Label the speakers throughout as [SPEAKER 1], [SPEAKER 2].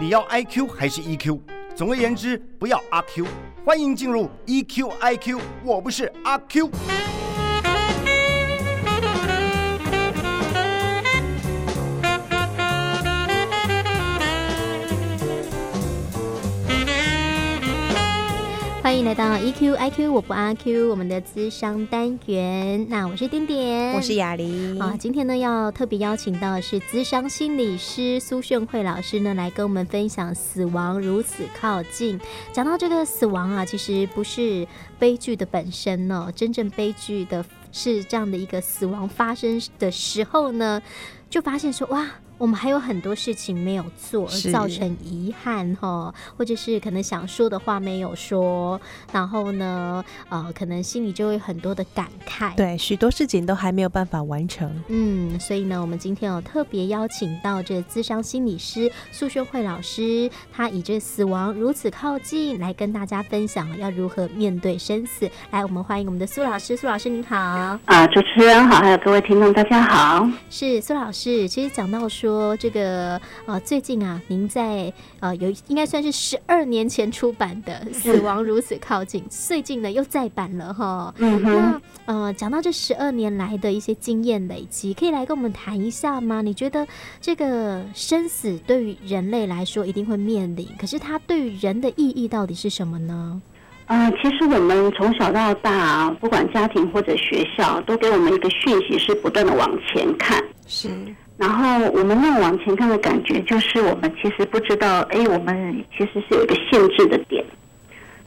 [SPEAKER 1] 你要 I Q 还是 E Q？总而言之，不要阿 Q。欢迎进入 E Q I Q，我不是阿 Q。
[SPEAKER 2] 欢迎来到 EQ IQ，我不阿 Q，我们的资商单元。那我是点点，
[SPEAKER 3] 我是雅玲
[SPEAKER 2] 啊，今天呢要特别邀请到的是资商心理师苏炫慧老师呢，来跟我们分享《死亡如此靠近》。讲到这个死亡啊，其实不是悲剧的本身哦，真正悲剧的是这样的一个死亡发生的时候呢，就发现说哇。我们还有很多事情没有做，而
[SPEAKER 3] 是
[SPEAKER 2] 造成遗憾哈，或者是可能想说的话没有说，然后呢，呃，可能心里就会有很多的感慨。
[SPEAKER 3] 对，许多事情都还没有办法完成。
[SPEAKER 2] 嗯，所以呢，我们今天有特别邀请到这资商心理师苏炫慧老师，他以这死亡如此靠近来跟大家分享要如何面对生死。来，我们欢迎我们的苏老师，苏老师您好，
[SPEAKER 4] 啊，主持人好，还有各位听众，大家好。
[SPEAKER 2] 是苏老师。其实讲到说这个呃，最近啊，您在呃有应该算是十二年前出版的《死亡如此靠近》，最近呢又再版了哈。
[SPEAKER 4] 嗯哼，
[SPEAKER 2] 那呃，讲到这十二年来的一些经验累积，可以来跟我们谈一下吗？你觉得这个生死对于人类来说一定会面临，可是它对于人的意义到底是什么呢？
[SPEAKER 4] 啊，其实我们从小到大，不管家庭或者学校，都给我们一个讯息，是不断的往前看。
[SPEAKER 3] 是，
[SPEAKER 4] 然后我们那种往前看的感觉，就是我们其实不知道，哎，我们其实是有一个限制的点。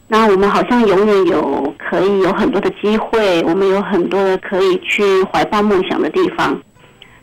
[SPEAKER 4] 那我们好像永远有可以有很多的机会，我们有很多的可以去怀抱梦想的地方。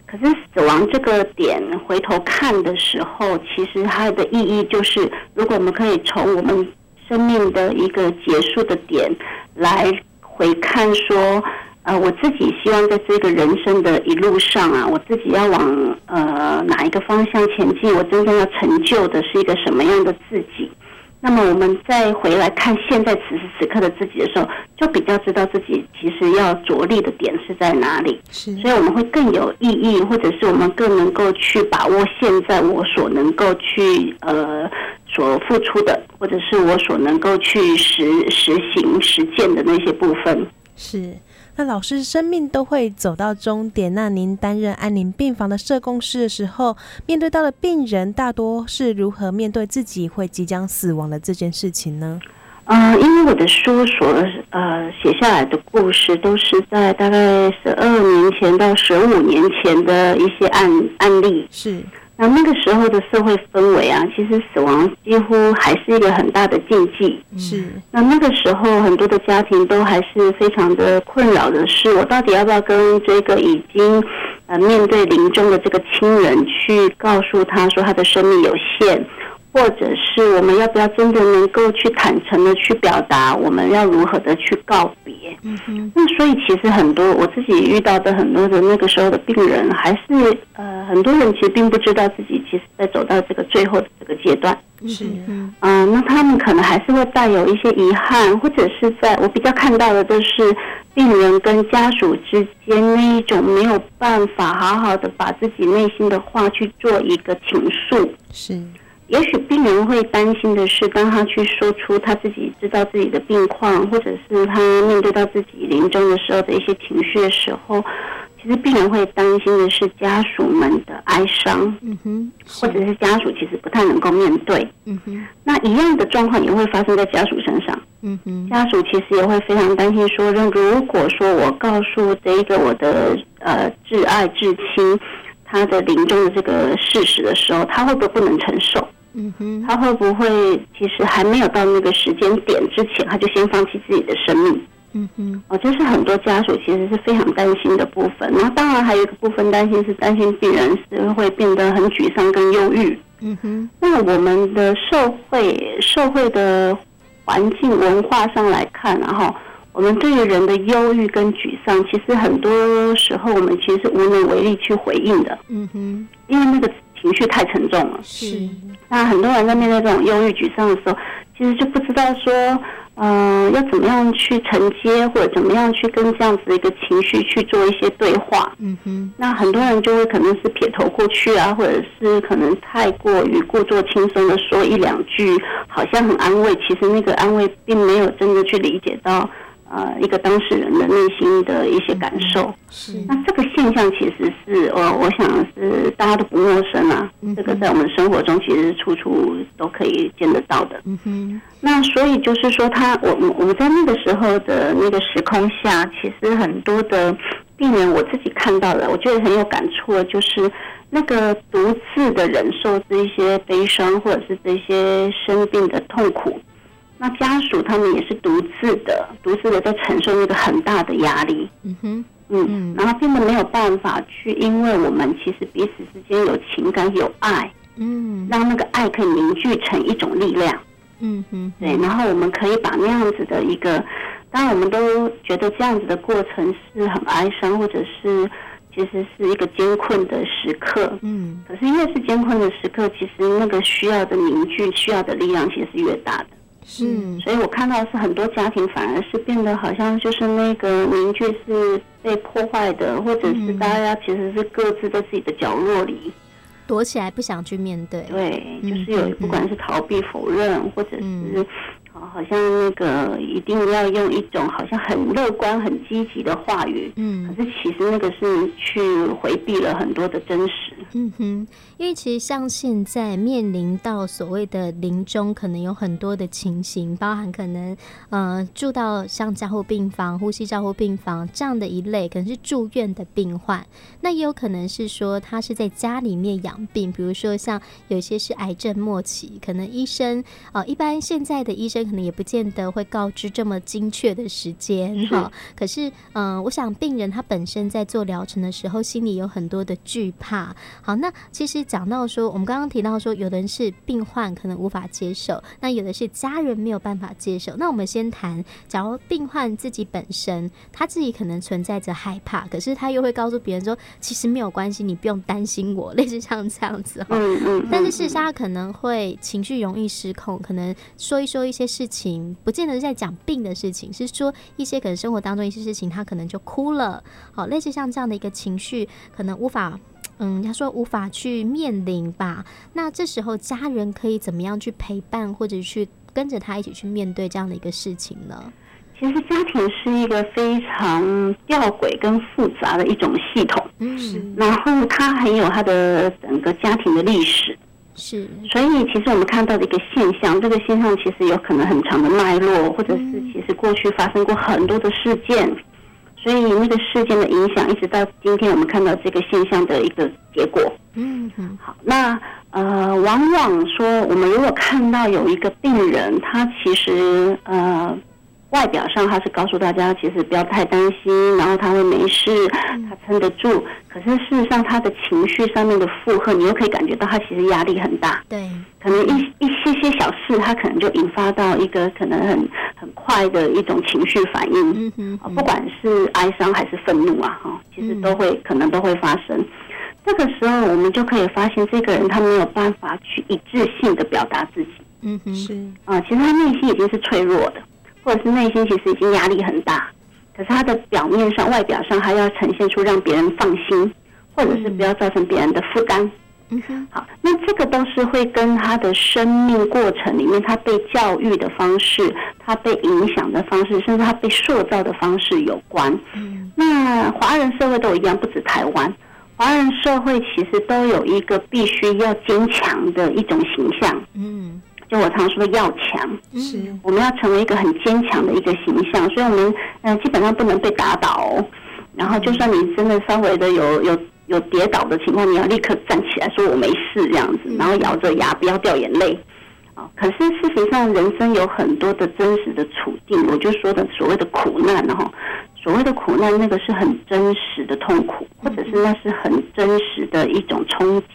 [SPEAKER 4] 可是死亡这个点，回头看的时候，其实它的意义就是，如果我们可以从我们生命的一个结束的点来回看说，呃，我自己希望在这个人生的一路上啊，我自己要往呃哪一个方向前进，我真正要成就的是一个什么样的自己。那么我们再回来看现在此时此刻的自己的时候，就比较知道自己其实要着力的点是在哪里，
[SPEAKER 3] 是，
[SPEAKER 4] 所以我们会更有意义，或者是我们更能够去把握现在我所能够去呃所付出的，或者是我所能够去实实行实践的那些部分。
[SPEAKER 3] 是。那老师，生命都会走到终点。那您担任安宁病房的社工师的时候，面对到的病人大多是如何面对自己会即将死亡的这件事情呢？
[SPEAKER 4] 呃，因为我的书所呃写下来的故事，都是在大概十二年前到十五年前的一些案案例。
[SPEAKER 3] 是，
[SPEAKER 4] 那那个时候的社会氛围啊，其实死亡几乎还是一个很大的禁忌。
[SPEAKER 3] 是，
[SPEAKER 4] 那那个时候，很多的家庭都还是非常的困扰的是，我到底要不要跟这个已经呃面对临终的这个亲人去告诉他说他的生命有限，或者是我们要不要真的能够去坦诚的去表达我们要如何的去告别？
[SPEAKER 3] 嗯哼，
[SPEAKER 4] 那所以其实很多我自己遇到的很多的那个时候的病人，还是呃很多人其实并不知道自己其实在走到这个最后的这个阶段。
[SPEAKER 3] 是，
[SPEAKER 2] 嗯
[SPEAKER 4] 嗯、那他们可能还是会带有一些遗憾，或者是在我比较看到的都是病人跟家属之间那一种没有办法好好的把自己内心的话去做一个倾诉。
[SPEAKER 3] 是，
[SPEAKER 4] 也许病人会担心的是，当他去说出他自己知道自己的病况，或者是他面对到自己临终的时候的一些情绪的时候，其实病人会担心的是家属们的哀伤，
[SPEAKER 2] 嗯哼，
[SPEAKER 4] 或者是家属其实不太能够面对。
[SPEAKER 2] 嗯哼，
[SPEAKER 4] 那一样的状况也会发生在家属身上。
[SPEAKER 2] 嗯哼，
[SPEAKER 4] 家属其实也会非常担心说，如如果说我告诉这一个我的呃挚爱至亲他的临终的这个事实的时候，他会不会不能承受？
[SPEAKER 2] 嗯哼，
[SPEAKER 4] 他会不会其实还没有到那个时间点之前，他就先放弃自己的生命？
[SPEAKER 2] 嗯哼，
[SPEAKER 4] 哦，这是很多家属其实是非常担心的部分。然后，当然还有一个部分担心是担心病人是会变得很沮丧跟忧郁。
[SPEAKER 2] 嗯哼，
[SPEAKER 4] 那我们的社会社会的环境文化上来看、啊，然后我们对于人的忧郁跟沮丧，其实很多时候我们其实是无能为力去回应的，
[SPEAKER 2] 嗯哼，
[SPEAKER 4] 因为那个情绪太沉重了。
[SPEAKER 2] 是，
[SPEAKER 4] 那很多人在面对这种忧郁、沮丧的时候，其实就不知道说，嗯、要怎么样去承接，或者怎么样去跟这样子的一个情绪去做一些对话。
[SPEAKER 2] 嗯哼，
[SPEAKER 4] 那很多人就会可能是撇头过去啊，或者是可能太过于故作轻松的说一两句，好像很安慰，其实那个安慰并没有真的去理解到呃一个当事人的内心的一些感受。
[SPEAKER 2] 是
[SPEAKER 4] 那这个现象其实是呃，我想是大家都不陌生啊
[SPEAKER 2] 嗯哼，
[SPEAKER 4] 这个在我们生活中其实处处都可以见得到的。
[SPEAKER 2] 嗯哼，
[SPEAKER 4] 那所以就是说他，我我我在那个时候的那个时空下，其实很多的病人我自己看到了，我觉得很有感触的，就是那个独自的忍受这一些悲伤或者是这些生病的痛苦，那家属他们也是独自的，独自的在承受那个很大的压力。
[SPEAKER 2] 嗯哼，嗯
[SPEAKER 4] 嗯，然后真的没有办法去，因为我们其实彼此之间有情感有爱，
[SPEAKER 2] 嗯
[SPEAKER 4] 让那个爱可以凝聚成一种力量，
[SPEAKER 2] 嗯哼，
[SPEAKER 4] 对，然后我们可以把那样子的一个，当然我们都觉得这样子的过程是很哀伤，或者是其实是一个艰困的时刻，
[SPEAKER 2] 嗯
[SPEAKER 4] 可是越是艰困的时刻，其实那个需要的凝聚、需要的力量其实是越大的。
[SPEAKER 2] 嗯
[SPEAKER 4] 所以我看到是很多家庭反而是变得好像就是那个凝聚是被破坏的，或者是大家其实是各自在自己的角落里，
[SPEAKER 2] 躲起来不想去面对，
[SPEAKER 4] 对，
[SPEAKER 2] 嗯
[SPEAKER 4] 就是有
[SPEAKER 2] 嗯
[SPEAKER 4] 不管是逃避、否认，或者是啊
[SPEAKER 2] 嗯。
[SPEAKER 4] 好好像那个一定要用一种好像很乐观、很积极的话语，可
[SPEAKER 2] 嗯
[SPEAKER 4] 是其实那个是去回避了很多的真实。
[SPEAKER 2] 嗯哼，因为其实像现在面临到所谓的临终，可能有很多的情形，包含可能呃住到像加护病房、呼吸照护病房这样的一类，可能是住院的病患，那也有可能是说他是在家里面养病，比如说像有些是癌症末期，可能医生呃一般现在的医生可能也不见得会告知这么精确的时间
[SPEAKER 4] 是
[SPEAKER 2] 哈、可是嗯、呃我想病人他本身在做疗程的时候，心里有很多的惧怕，好，那其实讲到说，我们刚刚提到说，有的人是病患可能无法接受，那有的是家人没有办法接受。那我们先谈，假如病患自己本身，他自己可能存在着害怕，可是他又会告诉别人说，其实没有关系，你不用担心我，类似像这样子哈。
[SPEAKER 4] 嗯嗯，
[SPEAKER 2] 但是事实上，他可能会情绪容易失控，可能说一说一些事情，不见得是在讲病的事情，是说一些可能生活当中一些事情，他可能就哭了，好，类似像这样的一个情绪，可能无法。嗯，他说无法去面临吧。那这时候家人可以怎么样去陪伴，或者去跟着他一起去面对这样的一个事情呢？
[SPEAKER 4] 其实家庭是一个非常吊诡跟复杂的一种系统。
[SPEAKER 2] 嗯，
[SPEAKER 4] 然后它很有它的整个家庭的历史，
[SPEAKER 2] 是，
[SPEAKER 4] 所以其实我们看到的一个现象，这个现象其实有可能很长的脉络，或者是其实过去发生过很多的事件，所以那个事件的影响，一直到今天我们看到这个现象的一个结果。
[SPEAKER 2] 嗯哼，
[SPEAKER 4] 好，那呃，往往说我们如果看到有一个病人，他其实呃。外表上他是告诉大家，其实不要太担心，然后他会没事，他撑得住。可是事实上，他的情绪上面的负荷，你又可以感觉到他其实压力很大。
[SPEAKER 2] 对，
[SPEAKER 4] 可能一一些些小事，他可能就引发到一个可能很很快的一种情绪反应。
[SPEAKER 2] 嗯哼，
[SPEAKER 4] 啊，不管是哀伤还是愤怒啊，哈，其实都会可能都会发生。这个时候，我们就可以发现这个人他没有办法去一致性的表达自己
[SPEAKER 2] 嗯哼，
[SPEAKER 3] 是
[SPEAKER 4] 啊，其实他内心已经是脆弱的，或者是内心其实已经压力很大，可是他的表面上、外表上还要呈现出让别人放心，或者是不要造成别人的负担。
[SPEAKER 2] 嗯哼，
[SPEAKER 4] 好，那这个都是会跟他的生命过程里面，他被教育的方式、他被影响的方式，甚至他被塑造的方式有关。
[SPEAKER 2] 嗯
[SPEAKER 4] 那华人社会都一样，不止台湾，华人社会其实都有一个必须要坚强的一种形象。
[SPEAKER 2] 嗯，
[SPEAKER 4] 就我常说的要强，
[SPEAKER 3] 是
[SPEAKER 4] 我们要成为一个很坚强的一个形象，所以我们嗯、呃基本上不能被打倒哦、然后就算你真的稍微的有有有跌倒的情况，你要立刻站起来说我没事这样子，然后咬着牙不要掉眼泪。啊，可是事实上，人生有很多的真实的处境，我就说的所谓的苦难哈、哦，所谓的苦难那个是很真实的痛苦，或者是那是很真实的一种冲击。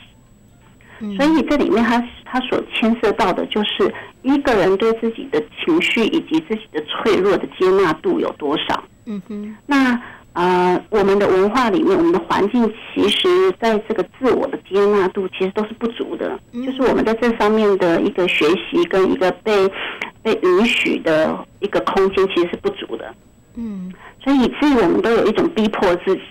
[SPEAKER 2] 嗯
[SPEAKER 4] 所以这里面他他所牵涉到的就是一个人对自己的情绪以及自己的脆弱的接纳度有多少。
[SPEAKER 2] 嗯哼，
[SPEAKER 4] 那呃，我们的文化里面，我们的环境其实在这个自我的接纳度其实都是不足的，就是我们在这方面的一个学习跟一个被被允许的一个空间其实是不足的，
[SPEAKER 2] 嗯
[SPEAKER 4] 所以以至于我们都有一种逼迫自己。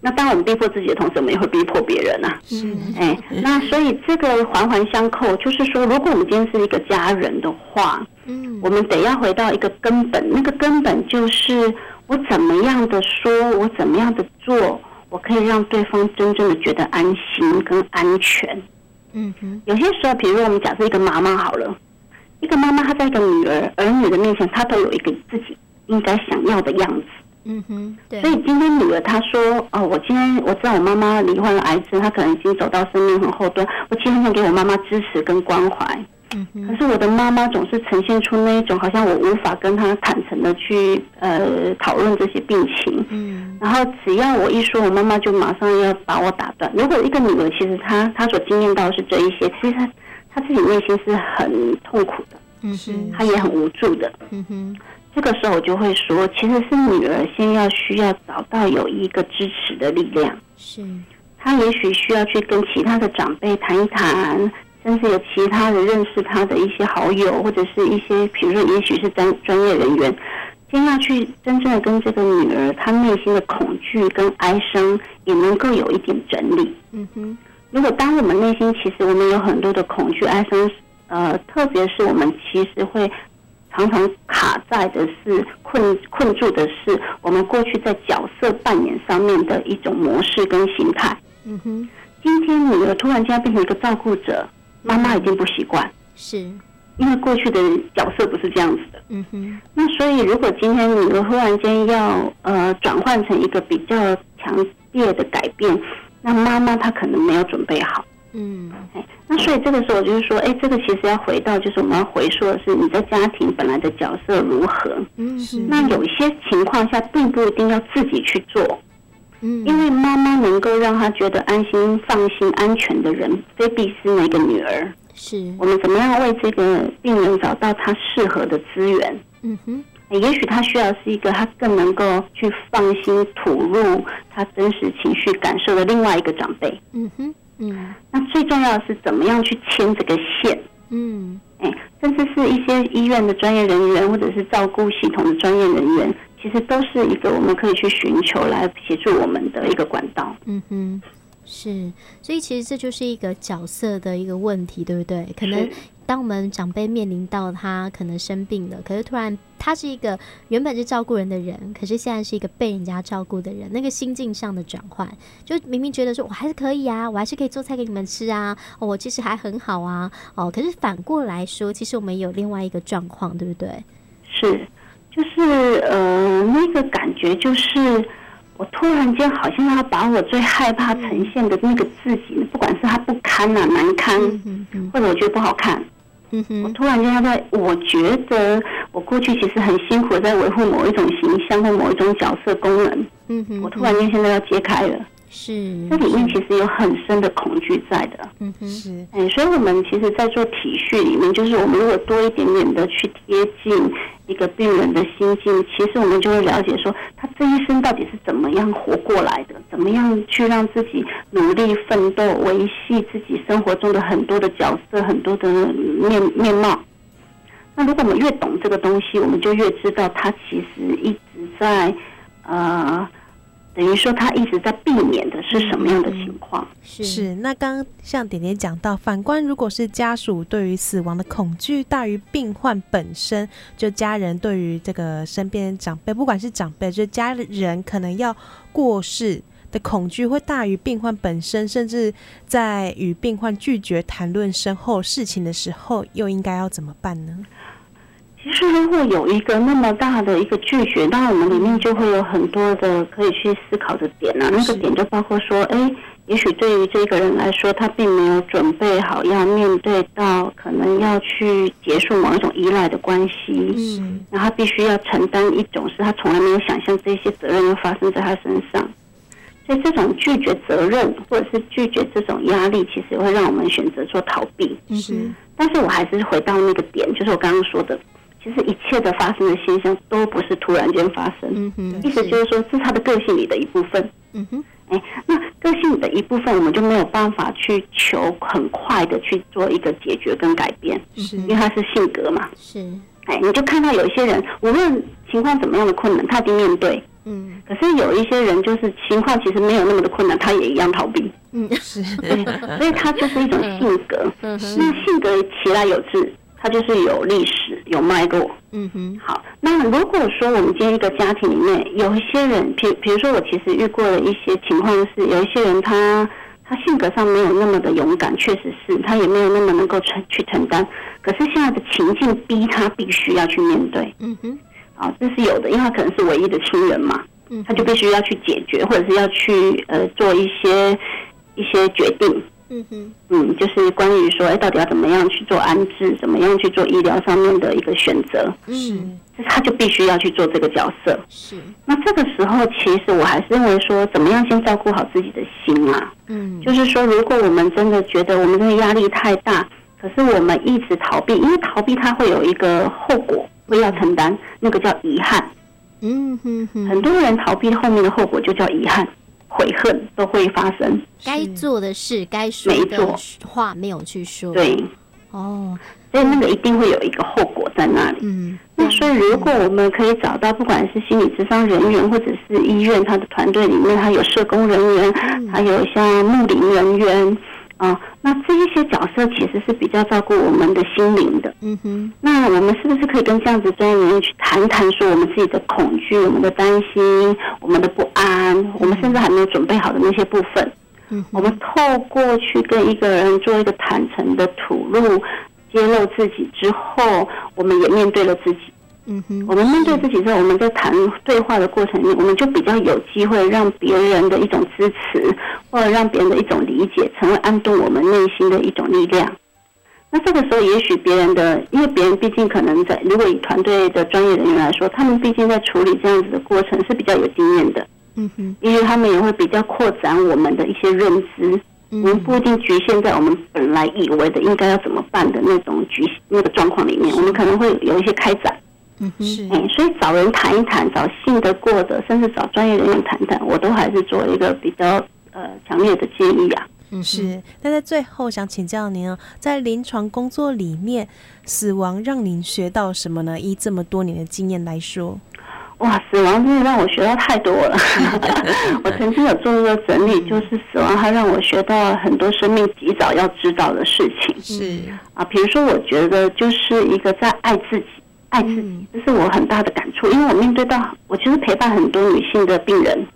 [SPEAKER 4] 那当我们逼迫自己的同时，我们也会逼迫别人啊。
[SPEAKER 2] 是
[SPEAKER 4] 哎，那所以这个环环相扣，就是说，如果我们今天是一个家人的话，
[SPEAKER 2] 嗯
[SPEAKER 4] 我们得要回到一个根本，那个根本就是我怎么样的说，我怎么样的做，我可以让对方真正的觉得安心跟安全。
[SPEAKER 2] 嗯哼
[SPEAKER 4] 有些时候，比如我们假设一个妈妈好了，一个妈妈她在一个女儿儿女的面前，她都有一个自己应该想要的样子。
[SPEAKER 2] 嗯哼，对
[SPEAKER 4] 所，以今天女儿她说：“哦，我今天我知道我妈妈罹患了癌症，她可能已经走到生命很后端，我其实很想给我妈妈支持跟关怀。
[SPEAKER 2] 嗯哼
[SPEAKER 4] 可是我的妈妈总是呈现出那一种好像我无法跟她坦诚的去呃讨论这些病情，
[SPEAKER 2] 嗯
[SPEAKER 4] 然后只要我一说，我妈妈就马上要把我打断。如果一个女儿其实她她所经验到的是这一些，其实她她自己内心是很痛苦的，
[SPEAKER 2] 嗯
[SPEAKER 3] 是
[SPEAKER 2] 哼
[SPEAKER 4] 她也很无助的。
[SPEAKER 2] 嗯哼
[SPEAKER 4] 这个时候我就会说，其实是女儿先要需要找到有一个支持的力量。
[SPEAKER 2] 嗯是
[SPEAKER 4] 他也许需要去跟其他的长辈谈一谈，甚至有其他的认识他的一些好友，或者是一些，比如说，也许是专专业人员，先要去真正的跟这个女儿她内心的恐惧跟哀伤也能够有一点整理。
[SPEAKER 2] 嗯哼
[SPEAKER 4] 如果当我们内心其实我们有很多的恐惧、哀伤，呃，特别是我们其实会常常卡在的是困困住的是我们过去在角色扮演上面的一种模式跟形态。
[SPEAKER 2] 嗯哼
[SPEAKER 4] 今天女儿突然间变成一个照顾者，妈妈已经不习惯，
[SPEAKER 2] 是
[SPEAKER 4] 因为过去的角色不是这样子的。
[SPEAKER 2] 嗯哼
[SPEAKER 4] 那所以，如果今天女儿忽然间要呃转换成一个比较强烈的改变，那妈妈她可能没有准备好。
[SPEAKER 2] 嗯
[SPEAKER 4] 那所以这个时候，我就是说，哎，这个其实要回到，就是我们要回溯的是你在家庭本来的角色如何。
[SPEAKER 2] 嗯
[SPEAKER 3] 是
[SPEAKER 2] 哼
[SPEAKER 4] 那有一些情况下，并不一定要自己去做，
[SPEAKER 2] 嗯
[SPEAKER 4] 因为妈妈能够让她觉得安心、放心、安全的人，非必是那个女儿。
[SPEAKER 2] 是
[SPEAKER 4] 我们怎么样为这个病人找到他适合的资源？
[SPEAKER 2] 嗯哼
[SPEAKER 4] 也许他需要是一个他更能够去放心吐露他真实情绪感受的另外一个长辈。
[SPEAKER 2] 嗯哼嗯
[SPEAKER 4] 那最重要的是怎么样去牵这个线，
[SPEAKER 2] 嗯
[SPEAKER 4] 哎，甚至是一些医院的专业人员或者是照顾系统的专业人员，其实都是一个我们可以去寻求来协助我们的一个管道。
[SPEAKER 2] 嗯哼。是，所以其实这就是一个角色的一个问题，对不对？可能当我们长辈面临到他可能生病了，可是突然他是一个原本是照顾人的人，可是现在是一个被人家照顾的人，那个心境上的转换，就明明觉得说我还是可以啊，我还是可以做菜给你们吃啊，哦、我其实还很好啊，哦，可是反过来说，其实我们有另外一个状况，对不对？
[SPEAKER 4] 是，就是呃，那个感觉就是，我突然间好像要把我最害怕呈现的那个自己，不管是他不堪啊、难堪，
[SPEAKER 2] 嗯哼嗯
[SPEAKER 4] 或者我觉得不好看，
[SPEAKER 2] 嗯
[SPEAKER 4] 我
[SPEAKER 2] 哼
[SPEAKER 4] 突然间要在，我觉得我过去其实很辛苦地在维护某一种形象或某一种角色功能，
[SPEAKER 2] 嗯哼，
[SPEAKER 4] 我突然间现在要揭开了，
[SPEAKER 2] 是
[SPEAKER 4] 这里面其实有很深的恐惧在的。
[SPEAKER 2] 嗯哼
[SPEAKER 3] 是
[SPEAKER 4] 哎，所以我们其实，在做体恤里面，就是我们如果多一点点的去贴近一个病人的心境，其实我们就会了解说，他这一生到底是怎么样活过来的，怎么样去让自己努力奋斗，维系自己生活中的很多的角色、很多的面面貌。那如果我们越懂这个东西，我们就越知道他其实一直在，呃，等于说他一直在避免的是什么样的情况。
[SPEAKER 2] 是嗯
[SPEAKER 3] 是，那刚刚像点点讲到，反观如果是家属对于死亡的恐惧大于病患本身，就家人对于这个身边长辈，不管是长辈，就家人可能要过世的恐惧会大于病患本身，甚至在与病患拒绝谈论身后事情的时候，又应该要怎么办呢？
[SPEAKER 4] 其实如果有一个那么大的一个拒绝，那我们里面就会有很多的可以去思考的点啊。那
[SPEAKER 3] 是
[SPEAKER 4] 个点就包括说，哎，也许对于这个人来说，他并没有准备好要面对到可能要去结束某一种依赖的关系，
[SPEAKER 2] 嗯
[SPEAKER 4] 然后他必须要承担一种是他从来没有想象这些责任又发生在他身上。所以这种拒绝责任或者是拒绝这种压力，其实会让我们选择做逃避。
[SPEAKER 2] 是
[SPEAKER 4] 但是我还是回到那个点，就是我刚刚说的，其实一切的发生的现象都不是突然间发生，
[SPEAKER 2] 嗯哼，
[SPEAKER 4] 意思就是说这是他的个性里的一部分。
[SPEAKER 2] 嗯哼，
[SPEAKER 4] 哎，那个性的一部分，我们就没有办法去求很快的去做一个解决跟改变，
[SPEAKER 3] 是
[SPEAKER 4] 因为它是性格嘛。
[SPEAKER 2] 是，
[SPEAKER 4] 哎，你就看到有一些人，无论情况怎么样的困难，他一定面对；
[SPEAKER 2] 嗯
[SPEAKER 4] 可是有一些人，就是情况其实没有那么的困难，他也一样逃避。
[SPEAKER 2] 嗯
[SPEAKER 3] 是，
[SPEAKER 4] 所以它就是一种性格。
[SPEAKER 2] 嗯哼
[SPEAKER 4] 那性格其来有致，它就是有历史、有脉络。
[SPEAKER 2] 嗯哼，
[SPEAKER 4] 好，那如果说我们今天一个家庭里面有一些人，比比如说我其实遇过的一些情况是，有一些人他他性格上没有那么的勇敢，确实是他也没有那么能够承去承担，可是现在的情境逼他必须要去面对
[SPEAKER 2] 嗯哼，
[SPEAKER 4] 啊，这是有的，因为他可能是唯一的亲人嘛，
[SPEAKER 2] 嗯哼，
[SPEAKER 4] 他就必须要去解决，或者是要去呃做一些一些决定。
[SPEAKER 2] 嗯哼，
[SPEAKER 4] 嗯，就是关于说，哎，到底要怎么样去做安置，怎么样去做医疗上面的一个选择，
[SPEAKER 2] 嗯
[SPEAKER 4] 就是他就必须要去做这个角色。
[SPEAKER 2] 是，
[SPEAKER 4] 那这个时候，其实我还是认为说，怎么样先照顾好自己的心啊？
[SPEAKER 2] 嗯
[SPEAKER 4] 就是说，如果我们真的觉得我们真的压力太大，可是我们一直逃避，因为逃避它会有一个后果会要承担，那个叫遗憾。
[SPEAKER 2] 嗯哼
[SPEAKER 4] 很
[SPEAKER 2] 哼，
[SPEAKER 4] 多人逃避后面的后果就叫遗憾、悔恨都会发生。
[SPEAKER 2] 该做的事、该说
[SPEAKER 4] 没
[SPEAKER 2] 的
[SPEAKER 4] 做
[SPEAKER 2] 话没有去说，
[SPEAKER 4] 对，
[SPEAKER 2] 哦，
[SPEAKER 4] 所以那个一定会有一个后果在那里。
[SPEAKER 2] 嗯，
[SPEAKER 4] 那所以，如果我们可以找到，不管是心理咨商人员，或者是医院他的团队里面，他有社工人员，
[SPEAKER 2] 嗯
[SPEAKER 4] 还有像牧灵人员，啊、那这一些角色其实是比较照顾我们的心灵的。
[SPEAKER 2] 嗯哼，
[SPEAKER 4] 那我们是不是可以跟这样子专业人员去谈谈，说我们自己的恐惧、我们的担心、我们的不安，我们甚至还没有准备好的那些部分？
[SPEAKER 2] 嗯哼，
[SPEAKER 4] 我们透过去跟一个人做一个坦诚的吐露、揭露自己之后，我们也面对了自己。
[SPEAKER 2] 嗯哼，
[SPEAKER 4] 我们面对自己之后，我们在谈对话的过程里面，我们就比较有机会让别人的一种支持，或者让别人的一种理解，成为安顿我们内心的一种力量。那这个时候，也许别人的，因为别人毕竟可能在，如果以团队的专业人员来说，他们毕竟在处理这样子的过程是比较有经验的，
[SPEAKER 2] 嗯哼，
[SPEAKER 4] 因为他们也会比较扩展我们的一些认知，我们不一定局限在我们本来以为的应该要怎么办的那种局那个状况里面，我们可能会有一些开展。
[SPEAKER 2] 嗯哼，
[SPEAKER 3] 是
[SPEAKER 4] 嗯，所以找人谈一谈，找信得过的，甚至找专业人员谈谈，我都还是做一个比较呃强烈的建议啊。
[SPEAKER 2] 嗯哼，
[SPEAKER 3] 是。那在最后想请教您哦，在临床工作里面，死亡让您学到什么呢？以这么多年的经验来说，
[SPEAKER 4] 哇，死亡真的让我学到太多了。我曾经有做过整理，就是死亡它让我学到很多生命及早要知道的事情
[SPEAKER 3] 是
[SPEAKER 4] 啊，比如说我觉得就是一个在爱自己。爱自己，这是我很大的感触，因为我面对到，我其实陪伴很多女性的病人，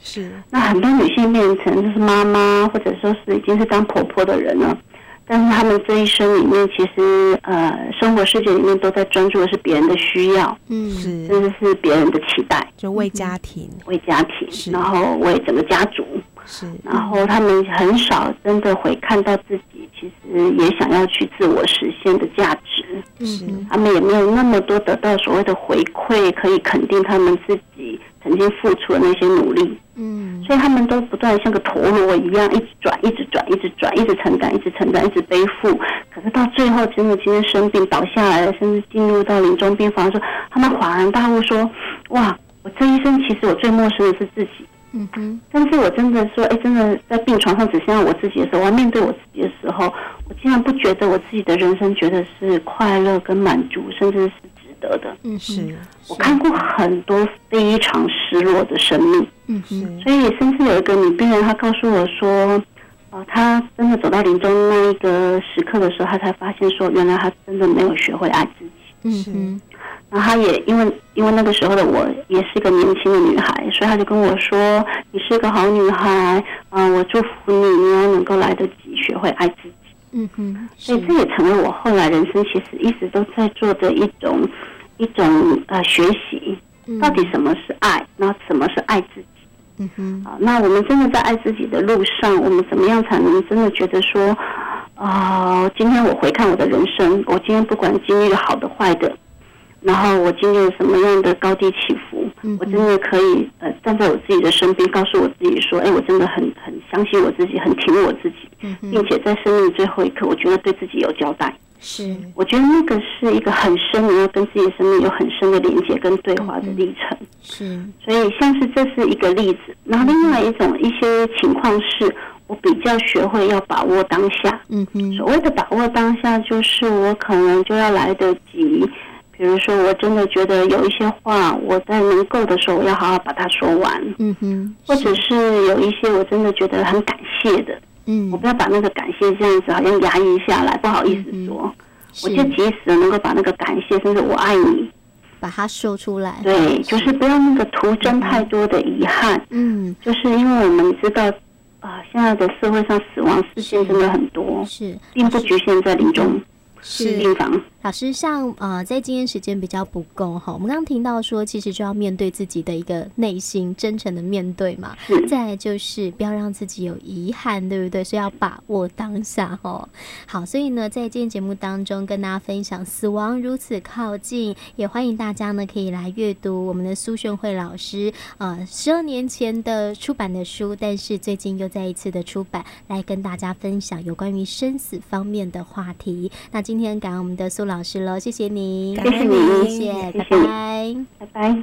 [SPEAKER 3] 是，
[SPEAKER 4] 那很多女性变成就是妈妈，或者说是已经是当婆婆的人了，但是她们这一生里面，其实呃，生活世界里面都在专注的是别人的需要，
[SPEAKER 2] 嗯
[SPEAKER 4] 甚
[SPEAKER 3] 是，
[SPEAKER 4] 至是别人的期待，
[SPEAKER 3] 就为家庭，
[SPEAKER 4] 为家
[SPEAKER 3] 是嗯
[SPEAKER 4] 庭，然后为整个家族，
[SPEAKER 3] 是
[SPEAKER 4] 然后她们很少真的会看到自己其实也想要去自我实现的价值，
[SPEAKER 3] 是
[SPEAKER 4] 她们也没有那么多得到所谓的回馈，可以肯定她们自己曾经付出的那些努力。
[SPEAKER 2] 嗯
[SPEAKER 4] 所以他们都不断地像个陀螺一样，一直转，一直转，一直转，一直承担，一直承担，一直背负。可是到最后，真的今天生病倒下来了，甚至进入到临终病房的时候，他们恍然大悟说：“哇，我这一生其实我最陌生的是自己。
[SPEAKER 2] 嗯哼，
[SPEAKER 4] 但是我真的说，哎，真的在病床上只剩下我自己的时候，我要面对我自己的时候，我竟然不觉得我自己的人生觉得是快乐跟满足，甚至是值得的。
[SPEAKER 2] 嗯哼，
[SPEAKER 3] 是
[SPEAKER 4] 我看过很多非常失落的生命。”
[SPEAKER 2] 嗯哼，
[SPEAKER 4] 所以甚至有一个女病人，她告诉我说，呃，她真的走到临终那一个时刻的时候，她才发现说，原来她真的没有学会爱自己。
[SPEAKER 2] 嗯哼，
[SPEAKER 4] 然后她也因为因为那个时候的我也是一个年轻的女孩，所以她就跟我说：“你是个好女孩，啊、我祝福你，你要能够来得及学会爱自己。”
[SPEAKER 2] 嗯哼，
[SPEAKER 4] 所以
[SPEAKER 2] 是
[SPEAKER 4] 这也成为我后来人生其实一直都在做的一种一种呃学习，到底什么是爱，然后什么是爱自己。
[SPEAKER 2] 嗯哼，
[SPEAKER 4] 啊，那我们真的在爱自己的路上，我们怎么样才能真的觉得说，啊、今天我回看我的人生，我今天不管经历了好的坏的，然后我经历了什么样的高低起伏，
[SPEAKER 2] 嗯
[SPEAKER 4] 我真的可以呃站在我自己的身边，告诉我自己说，哎，我真的很很相信我自己，很挺我自己，并且在生命最后一刻，我觉得对自己有交代。
[SPEAKER 2] 是
[SPEAKER 4] 我觉得那个是一个很深的，要跟自己的生命有很深的连接跟对话的历程。
[SPEAKER 2] 是，
[SPEAKER 4] 所以像是这是一个例子，那另外一种一些情况是我比较学会要把握当下。
[SPEAKER 2] 嗯哼，
[SPEAKER 4] 所谓的把握当下，就是我可能就要来得及。比如说，我真的觉得有一些话，我在能够的时候，我要好好把它说完；
[SPEAKER 2] 嗯哼，
[SPEAKER 4] 或者是有一些我真的觉得很感谢的，
[SPEAKER 2] 嗯
[SPEAKER 4] 我，不要把那个感谢这样子好像压抑下来，不好意思说。我
[SPEAKER 2] 嗯是
[SPEAKER 4] 就即使能够把那个感谢，甚至我爱你，
[SPEAKER 2] 把它说出来，
[SPEAKER 4] 对，就是不要那个徒增太多的遗憾。
[SPEAKER 2] 嗯，
[SPEAKER 4] 就是因为我们知道，啊、现在的社会上死亡事件真的很多，
[SPEAKER 2] 是
[SPEAKER 4] 并不局限在临终
[SPEAKER 2] 是
[SPEAKER 4] 病房。
[SPEAKER 2] 老师，像呃，在今天时间比较不够哈，我们刚刚听到说，其实就要面对自己的一个内心，真诚的面对嘛。
[SPEAKER 4] 是
[SPEAKER 2] 再来就是不要让自己有遗憾，对不对？所以要把握当下哈。好，所以呢，在今天节目当中跟大家分享《死亡如此靠近》，也欢迎大家呢可以来阅读我们的苏炫慧老师呃十二年前的出版的书，但是最近又再一次的出版，来跟大家分享有关于生死方面的话题。那今天感恩我们的苏老师了，谢谢你，
[SPEAKER 3] 感
[SPEAKER 4] 谢谢
[SPEAKER 2] 谢
[SPEAKER 4] 你
[SPEAKER 2] 谢，
[SPEAKER 4] 谢谢
[SPEAKER 2] 拜拜。
[SPEAKER 4] 拜拜。